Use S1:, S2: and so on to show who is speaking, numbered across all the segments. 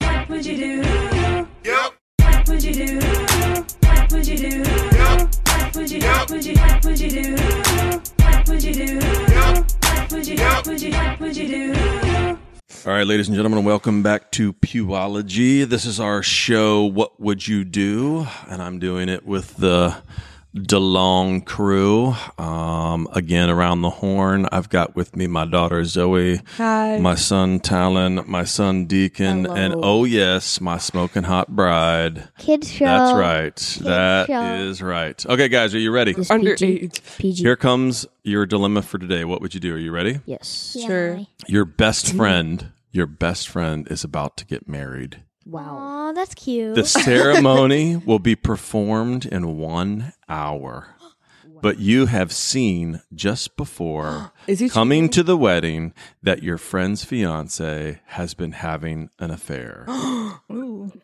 S1: What would you do? Yep. What would you do? What would you do? Yep. What would you yep. would you what would you do? What would you do? Yep. What would you yep. would you what would you do?
S2: All right, ladies and gentlemen, welcome back to Pewology. This is our show, What Would You Do? And I'm doing it with the DeLong crew. Um, again, around the horn, I've got with me my daughter Zoe,
S3: Hi.
S2: my son Talon, my son Deacon, and oh, yes, my smoking hot bride.
S4: Kids show.
S2: That's right. That is
S4: show.
S2: right. Okay, guys, are you ready?
S3: Underage.
S4: PG.
S2: Here comes your dilemma for today. What would you do? Are you ready?
S4: yes.
S3: Sure.
S2: Your best friend, your best friend is about to get married.
S4: Wow.
S5: Aw, that's cute.
S2: The ceremony will be performed in one hour. But you have seen just before
S3: Is he
S2: coming to the wedding that your friend's fiance has been having an affair.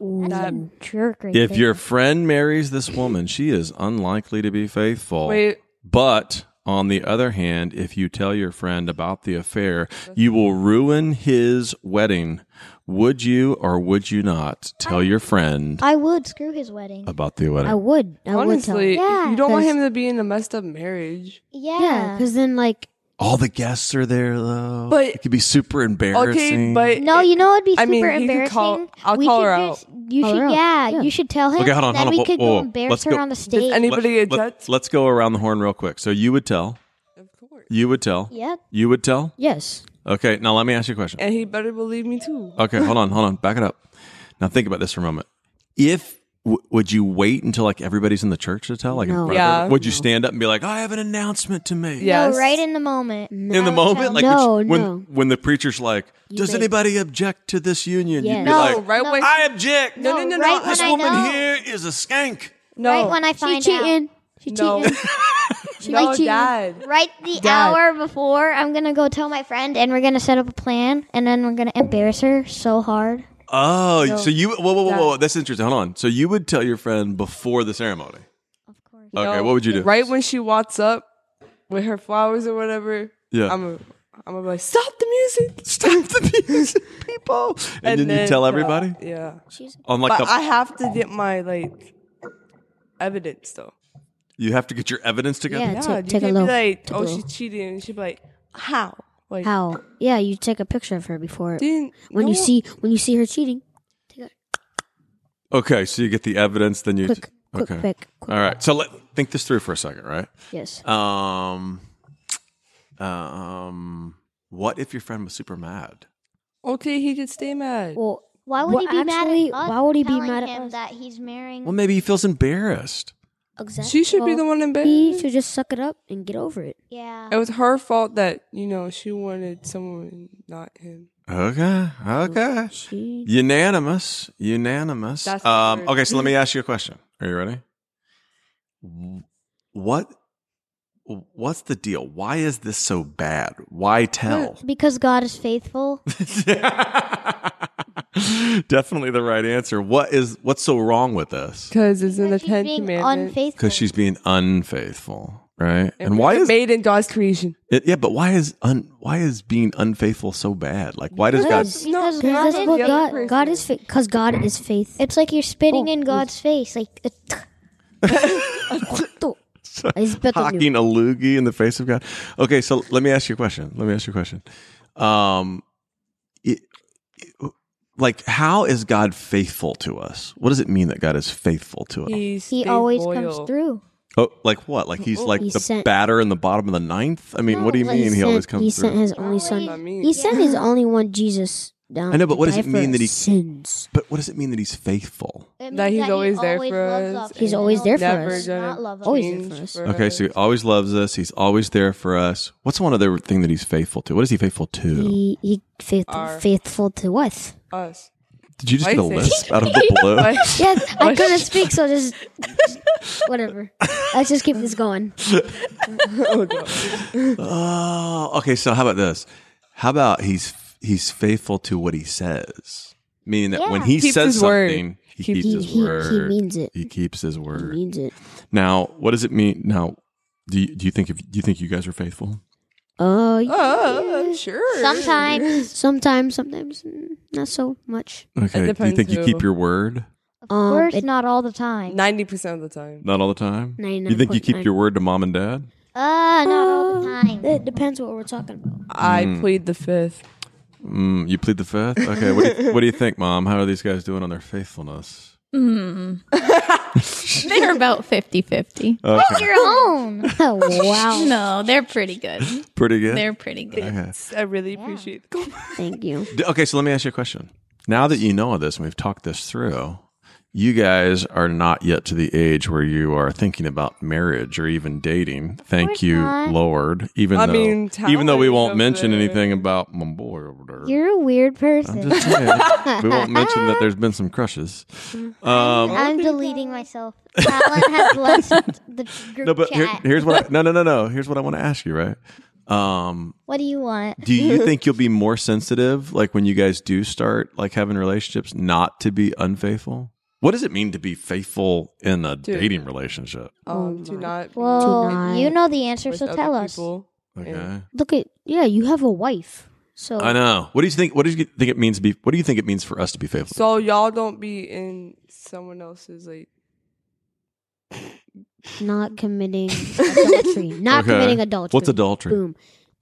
S4: That's a jerk right
S2: if
S4: there.
S2: your friend marries this woman, she is unlikely to be faithful.
S3: Wait.
S2: But on the other hand, if you tell your friend about the affair, you will ruin his wedding. Would you or would you not tell your friend
S4: I would screw his wedding.
S2: about the wedding?
S4: I would. I
S3: Honestly,
S4: would tell.
S3: you don't want
S4: 'cause-
S3: him to be in a messed up marriage.
S5: yeah.
S4: Yeah, because then like
S2: All the guests are there though.
S3: But-
S2: it could be super embarrassing.
S3: Okay, but
S4: no, you know it'd be super
S3: I mean, you could
S4: embarrassing.
S3: call- I'll
S4: we
S3: call
S4: could
S3: her
S4: just, You
S5: Call
S4: should,
S5: her out.
S4: yeah,
S5: Yeah.
S4: you should tell him.
S2: Okay, hold on,
S4: then
S2: hold on,
S4: we
S2: whoa,
S4: could
S2: whoa, whoa.
S4: go embarrass
S2: Let's
S4: her
S2: go-
S4: on the
S3: does
S4: stage.
S3: anybody
S2: let,
S3: object?
S2: us go around the horn real quick. So you would tell.
S3: Of course.
S2: You would tell.
S4: Yep.
S2: You would tell.
S5: Yes.
S2: Okay, now let me ask you a question.
S3: And he better believe me too.
S2: Okay, hold on, hold on. Back it up. Now think about this for a moment. If w- would you wait until like everybody's in the church to tell? Like, in
S4: No.
S2: front of
S3: Yeah.
S2: everybody? would you stand up and be like, "I have an announcement to make"?
S3: Yeah.
S4: No,
S3: Yes.
S4: Oh, right in the moment.
S2: In the moment, like
S4: No,
S2: would you- when
S4: no.
S2: when the preacher's like, "Does
S4: may-
S2: anybody object to this union?" You'd
S4: Yes.
S2: be
S3: No,
S2: like,
S3: right
S4: No.
S3: away.
S2: "I object."
S3: No, no, no, no.
S4: right
S2: this
S4: when I
S2: woman
S4: know.
S2: here is a skank.
S3: no.
S4: Right when I find out.
S5: She
S3: no.
S5: cheating. She
S3: no,
S5: might cheat.
S3: dad.
S4: Right the
S3: Dad.
S4: hour before, I'm gonna go tell my friend, and we're gonna set up a plan, and then we're gonna embarrass her so hard.
S2: Oh, so you whoa, whoa, whoa, whoa,
S3: No.
S2: whoa. That's interesting. Hold on. So you would tell your friend before the ceremony.
S4: Of course.
S2: Okay,
S3: No.
S2: what would you do?
S3: Right when she walks up with her flowers or whatever,
S2: Yeah.
S3: I'm a, I'm gonna be like, stop the music.
S2: Stop the music, people. And, then, you tell everybody
S3: Uh, yeah.
S4: She's
S2: on like
S3: But
S2: the
S3: I have to get my like evidence though.
S2: You have to get your evidence together.
S4: Yeah.
S3: Yeah,
S4: Ta-
S3: you
S4: take a
S3: can't
S4: loaf,
S3: be like,
S4: take a
S3: oh,
S4: loaf."
S3: she cheated, and she'd be like, how? Like,
S4: how?
S5: Yeah, you take a picture of her before it-
S3: Didn't,
S5: when
S3: no
S5: you
S3: one-
S5: see when you see her cheating.
S2: Okay, so you get the evidence, then you.
S5: Quick, quick,
S2: okay.
S5: quick, quick.
S2: All right, so let think this through for a second, right?
S5: Yes.
S2: Um, um, what if your friend was super mad?
S3: okay, he could stay mad.
S5: Well,
S4: Why would
S5: Well,
S4: he be
S5: actually,
S4: mad at us?
S5: why would he be
S4: telling
S5: mad at
S4: him
S5: us?
S4: that he's marrying?
S2: Well, maybe he feels embarrassed.
S5: exactly.
S3: she should be the one in bed.
S5: He should just suck it up and get over it.
S4: yeah.
S3: It was her fault that you know she wanted someone, not him.
S2: Okay, okay,
S5: She
S2: unanimous, unanimous.
S3: That's the
S2: um,
S3: word.
S2: okay, so let me ask you a question. Are you ready? Wh- What? What's the deal? Why is this so bad? Why tell?
S4: Because God is faithful.
S2: Definitely the right answer. What is what's so wrong with this?
S3: Because it's in the
S4: Because she's
S3: Ten
S4: being
S3: Commandments.
S4: unfaithful.
S2: Because she's being unfaithful, right? And,
S3: we
S2: why
S3: are
S2: is
S3: made in God's creation?
S2: it, yeah? But why is un, why is being unfaithful so bad? Like why does God?
S4: Because
S3: No, because
S4: God
S5: Because that's
S4: is
S3: of
S5: what
S3: the
S4: faithful.
S3: other
S5: God, God is because God is faith.
S4: It's like you're spitting
S5: Oh,
S4: in God's face. Like, uh,
S5: I spit on you.
S2: Hocking a loogie in the face of God. Okay, so let me ask you a question. Let me ask you a question. Um, it, it- like, how is God faithful to us? What does it mean that God is faithful to us?
S3: He's
S4: he
S3: stayed
S4: always
S3: loyal.
S4: comes through.
S2: Oh, like what? Like he's like
S5: He
S2: the
S5: sent-
S2: batter in the bottom of the ninth? I mean, what do you
S5: Like,
S2: mean he
S5: sent,
S2: always comes
S5: He
S2: through?
S5: sent his only
S3: That's what I
S5: son.
S3: mean.
S5: He sent his only one, Jesus, down.
S2: I know, but
S5: to
S2: what does
S5: die
S2: it
S5: for
S2: mean
S5: our
S2: that he-
S5: sins?
S2: but what does it mean that he's faithful?
S4: It
S3: That
S4: means
S3: he's
S4: he
S3: always there for
S4: loves
S3: us.
S5: He's always there for
S3: Never
S5: us.
S3: gonna
S4: Not love us.
S5: Always
S3: change
S5: there for us.
S2: Okay, so he always loves us. He's always there for us. What's one other thing that he's faithful to? What is he faithful to?
S5: He he faithful,
S3: Our-
S5: faithful to what?
S3: us.
S2: Did you just
S3: I
S2: get a
S3: think-
S2: lisp out of the blue?
S3: Like,
S5: Yeah, I couldn't speak, so just whatever. Let's just keep this going.
S3: oh, God.
S2: Oh, okay. So how about this? How about he's he's faithful to what he says, meaning that when
S4: Yeah.
S2: he
S3: Keeps
S2: says
S3: his word.
S2: something, he keeps,
S3: Keeps-
S5: He
S2: his
S5: he,
S2: word.
S5: he means it.
S2: He keeps his
S5: He
S2: word.
S5: means it.
S2: Now, what does it mean? Now, do you, do you think if do you think you guys are faithful?
S5: Uh, y-
S3: Uh, sure.
S4: Sometimes.
S5: sometimes, sometimes, mm, not so much.
S2: Okay. Do you
S3: depends
S2: think you
S3: who.
S2: keep your word?
S4: Of
S5: Um,
S4: course,
S5: it-
S4: not all the time.
S3: Ninety percent of the time.
S2: Not all the time.
S5: Ninety-nine.
S2: You think you keep your word to mom and dad?
S4: Uh, not all the time.
S5: It depends what we're talking about.
S3: I plead the fifth.
S2: Mm, you plead the fifth. Okay. What do, you, what do you think, mom? How are these guys doing on their faithfulness?
S6: They're about 50 50.
S4: Make your own.
S5: Oh, wow.
S6: No, they're pretty good.
S2: Pretty good.
S6: They're pretty good.
S2: okay.
S3: I really appreciate the compliment.
S5: Thank you.
S2: D- Okay, so let me ask you a question. Now that you know this and we've talked this through, you guys are not yet to the age where you are thinking about marriage or even dating. Thank you,
S4: not.
S2: Lord. Even
S3: I
S2: though,
S3: mean,
S2: even though we won't
S3: talent
S2: mention
S3: over there.
S2: anything about my boy over there.
S4: You're a weird
S2: I'm
S4: person.
S2: just saying, we won't mention that there's been some crushes. Um,
S4: I'm deleting myself. Alan has left the group
S2: no, but here,
S4: chat.
S2: here's what. I, no, no, no, no. Here's what I want to ask you. Right? Um,
S4: what do you want?
S2: do you think you'll be more sensitive like when you guys do start like having relationships not to be unfaithful what does it mean to be faithful in a dating relationship
S3: Um,
S5: Oh
S3: to not. be
S4: Well,
S5: Tonight.
S4: you know the answer,
S3: with
S4: so
S3: other
S4: tell us.
S3: people.
S2: okay
S3: Yeah.
S5: Look at yeah, you have a wife. So
S2: i know what do you think what do you think it means to be what do you think it means for us to be faithful
S3: So y'all don't be in someone else's like.
S5: not committing adultery. Not
S2: Okay.
S5: committing adultery.
S2: what's adultery
S5: Boom.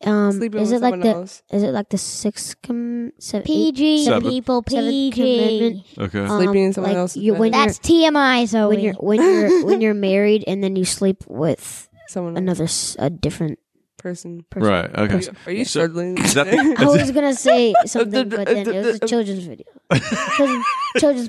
S5: Um,
S3: Sleeping
S5: is
S3: with
S5: it like
S3: someone
S5: the
S3: else.
S5: is it like the sixth com se- eight-
S4: PG
S2: Seventh-
S4: people,
S5: seventh
S4: PG.
S5: commandment?
S2: okay
S5: um,
S3: Sleeping in someone
S5: like
S3: else's
S5: you- when
S3: bed.
S4: That's TMI, Zoe.
S5: when you're when you're when you're married and then you sleep with
S3: Someone
S5: another s- a different
S3: person.
S5: person.
S2: right
S3: Are
S2: okay
S3: you, are you
S2: So-
S3: struggling? Oh,
S2: is that the-
S5: I was gonna say something,
S3: d-
S5: but
S3: uh,
S5: then
S3: d-
S5: it was
S3: d-
S5: a children's video, children's, children's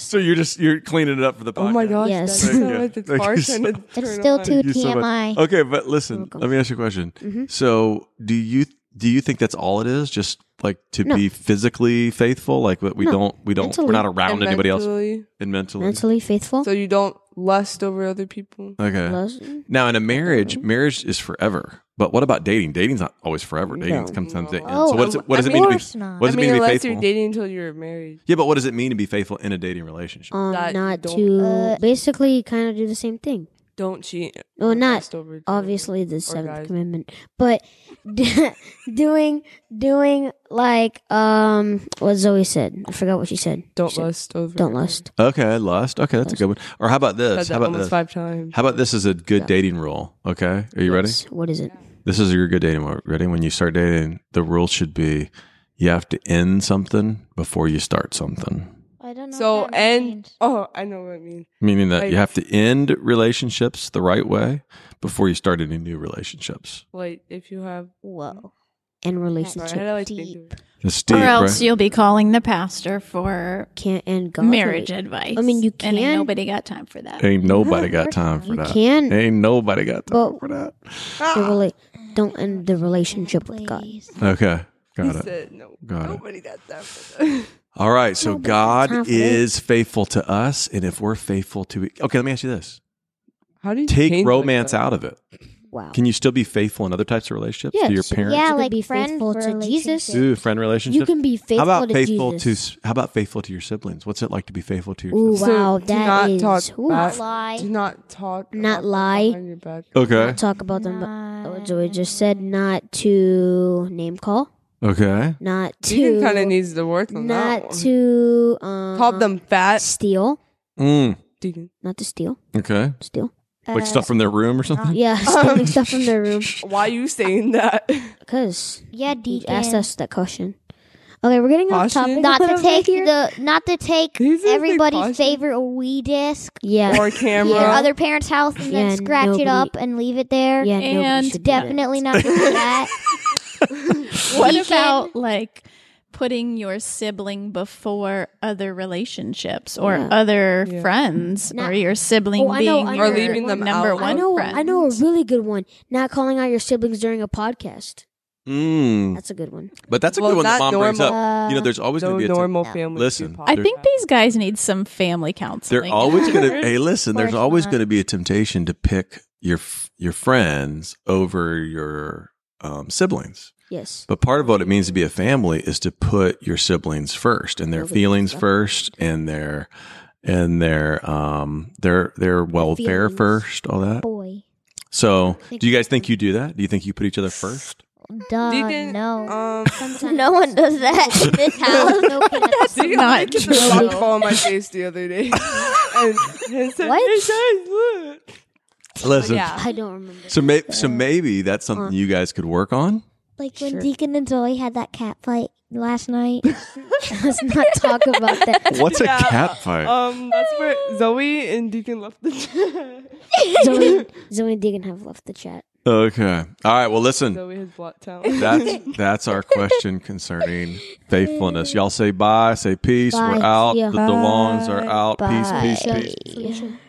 S2: so you're just you're cleaning it up for the podcast
S3: oh my gosh!
S5: Yes.
S3: That's
S2: Yeah.
S3: so much. It's
S2: Thank
S3: hard
S2: you
S3: trying
S2: so-
S3: to
S4: It's
S3: turn
S4: still
S3: on.
S4: too
S2: Thank you so much.
S4: TMI.
S2: okay but listen let me ask you a question
S3: Mm-hmm.
S2: so do you do you think that's all it is just like to
S5: No.
S2: be physically faithful like what we
S5: No.
S2: don't we don't we're
S5: Mentally.
S2: not around
S3: And
S2: anybody else
S3: mentally,
S2: and mentally
S5: Mentally faithful.
S3: So you don't lust over other people.
S2: okay
S5: Loves-
S2: Now, in a marriage, marriage is forever. But what about dating? Dating's not always forever. Dating's
S5: No.
S2: sometimes
S3: No.
S2: it ends. so what, is it, what does
S4: of
S2: it mean to be?
S4: course not.
S2: What does
S3: I
S2: it
S3: mean,
S2: mean to be
S3: unless
S2: faithful?
S3: you're dating until you're married.
S2: yeah, but what does it mean to be faithful in a dating relationship?
S5: um,
S3: that you
S5: not
S3: don't-
S5: to
S4: Uh,
S5: basically kind of do the same thing.
S3: Don't cheat.
S5: Well,
S3: or
S5: not
S3: lust over to-
S5: Obviously, the seventh
S3: guys.
S5: commandment, but d- doing doing like um what Zoe said. I forgot what she said.
S3: Don't
S5: She said,
S3: lust over.
S5: Don't lust.
S2: okay, lust. Okay, that's a good one. Or how about
S3: Said
S2: this? How
S3: that
S2: about
S3: almost
S2: this?
S3: five times.
S2: How about this is a good dating rule? Okay, are you ready?
S5: Yes. What is it?
S2: This is your good dating rule. Ready? When you start dating, the rule should be you have to end something before you start something.
S4: I don't know.
S3: So
S4: what that
S3: and
S4: means.
S3: oh, I know what I mean.
S2: Meaning that
S3: Right.
S2: you have to end relationships the right way before you start any new relationships.
S3: Like if you have
S4: whoa,
S5: And
S3: sorry,
S5: relationship
S3: I like think of
S4: deep.
S3: it.
S2: It's
S6: Or
S2: deep,
S6: else
S2: right?
S6: you'll be calling the pastor for
S5: can't end God.
S6: marriage advice.
S5: I mean, you
S6: And ain't
S5: can-
S6: nobody got time for that.
S2: Ain't nobody got time for
S5: You
S2: that.
S5: can.
S2: Ain't nobody got time
S5: But-
S2: for that.
S5: The rela- don't end the relationship with God.
S4: Please.
S2: Okay. Got
S3: He
S2: it.
S3: said no.
S2: Got it.
S3: nobody got that. for that.
S2: All right. So
S5: Nobody got time
S2: God
S5: for that.
S2: is faithful to us. And if we're faithful to, e-, okay, let me ask you this
S3: How do you
S2: take romance out of it.
S5: Wow.
S2: Can you still be faithful in other types of relationships to your
S5: Yes.
S2: parents?
S4: Yeah,
S5: You could
S4: like
S5: be
S4: friend
S5: faithful to Jesus.
S4: relationship.
S2: Ooh, friend relationships.
S5: You can be faithful
S2: how about
S5: to
S2: faithful
S5: Jesus.
S2: to? How about faithful to your siblings? What's it like to be faithful to your?
S5: Ooh,
S2: siblings?
S3: So
S5: wow,
S3: do
S5: that
S3: not
S5: is
S3: talk
S5: ooh,
S3: back.
S4: Lie.
S3: Do not talk.
S5: Not
S3: about
S5: lie.
S3: Behind your back.
S2: Okay.
S5: not talk about them. but- What Zoe just said not to name call,
S2: Okay.
S5: not
S3: Deacon
S5: to
S3: kind of needs to work on that.
S5: not
S3: one.
S5: to um,
S3: Call them fat.
S5: steal,
S2: Mm,
S3: Deacon.
S5: not to steal,
S2: okay.
S5: steal.
S2: Like
S4: Uh,
S2: stuff from their room or something.
S5: Yeah, stealing stuff from their room
S3: Why you saying that?
S5: because
S4: Yeah,
S5: you
S4: Deacon.
S5: asked us that question. Okay, we're getting off
S3: Caution?
S5: topic.
S4: not to
S5: over
S4: take
S5: here.
S4: the not to take
S3: He says they caution.
S4: everybody's favorite Wii disc
S5: yeah,
S3: or camera.
S4: your other parents' house and
S5: Yeah,
S4: then scratch it
S5: nobody-
S4: up and leave it there.
S5: yeah, nobody
S6: And
S5: should do that.
S4: Definitely not to do that.
S6: What
S4: Deacon.
S6: about like putting your sibling before other relationships or
S5: Yeah.
S6: other
S3: Yeah.
S6: friends or your sibling
S5: Oh, I know,
S6: being
S5: I
S6: your
S5: know. Or leaving
S3: them
S6: number
S3: out.
S6: one
S5: I know.
S6: friend?
S5: I know a really good one. Not calling out your siblings during a podcast.
S2: Mm.
S5: That's a good one.
S2: But that's a
S3: Well,
S2: good one that mom
S3: not
S2: brings
S3: normal.
S2: up. You know, there's always
S3: No
S2: going to be a time-
S3: normal family.
S2: Listen,
S3: do
S6: I
S2: They're-
S6: think these guys need some family counseling.
S2: They're always going to. Hey, listen.
S4: Of
S2: There's
S4: course
S2: always
S4: not.
S2: going to be a temptation to pick your f- your friends over your um, siblings.
S5: Yes.
S2: But part of what it means to be a family is to put your siblings first and their
S5: Nobody
S2: feelings
S5: does that.
S2: first and their and their um their their welfare
S5: feelings.
S2: first, all that.
S4: Boy.
S2: So, do you guys think you do that? Do you think you put each other first?
S4: Duh,
S3: You can-
S4: Uh, no.
S3: Um,
S5: uh,
S4: no one does that in this house.
S6: That's
S3: Dude, I
S6: not
S3: kicked a soccer
S6: true.
S3: ball in my face the other day. and, and said,
S4: What?
S3: "Hey, guys, look."
S2: Listen.
S6: Yeah.
S5: I don't remember.
S2: So maybe so maybe that's something you guys could work on.
S4: Like when
S5: Sure.
S4: Deacon and Zoe had that cat fight last night.
S5: Let's not talk about that.
S2: What's
S3: Yeah.
S2: a cat fight?
S3: Um, that's where Zoe and Deacon left the chat.
S5: Zoe, Zoe and Deegan have left the chat.
S2: okay. All right. Well, listen.
S3: Zoe has blocked town.
S2: That's that's our question concerning faithfulness. Y'all say bye, say peace.
S5: Bye.
S2: We're out.
S5: Yeah.
S2: The DeLongs are out.
S4: Bye.
S2: Peace, peace,
S5: So-
S2: peace.
S5: so-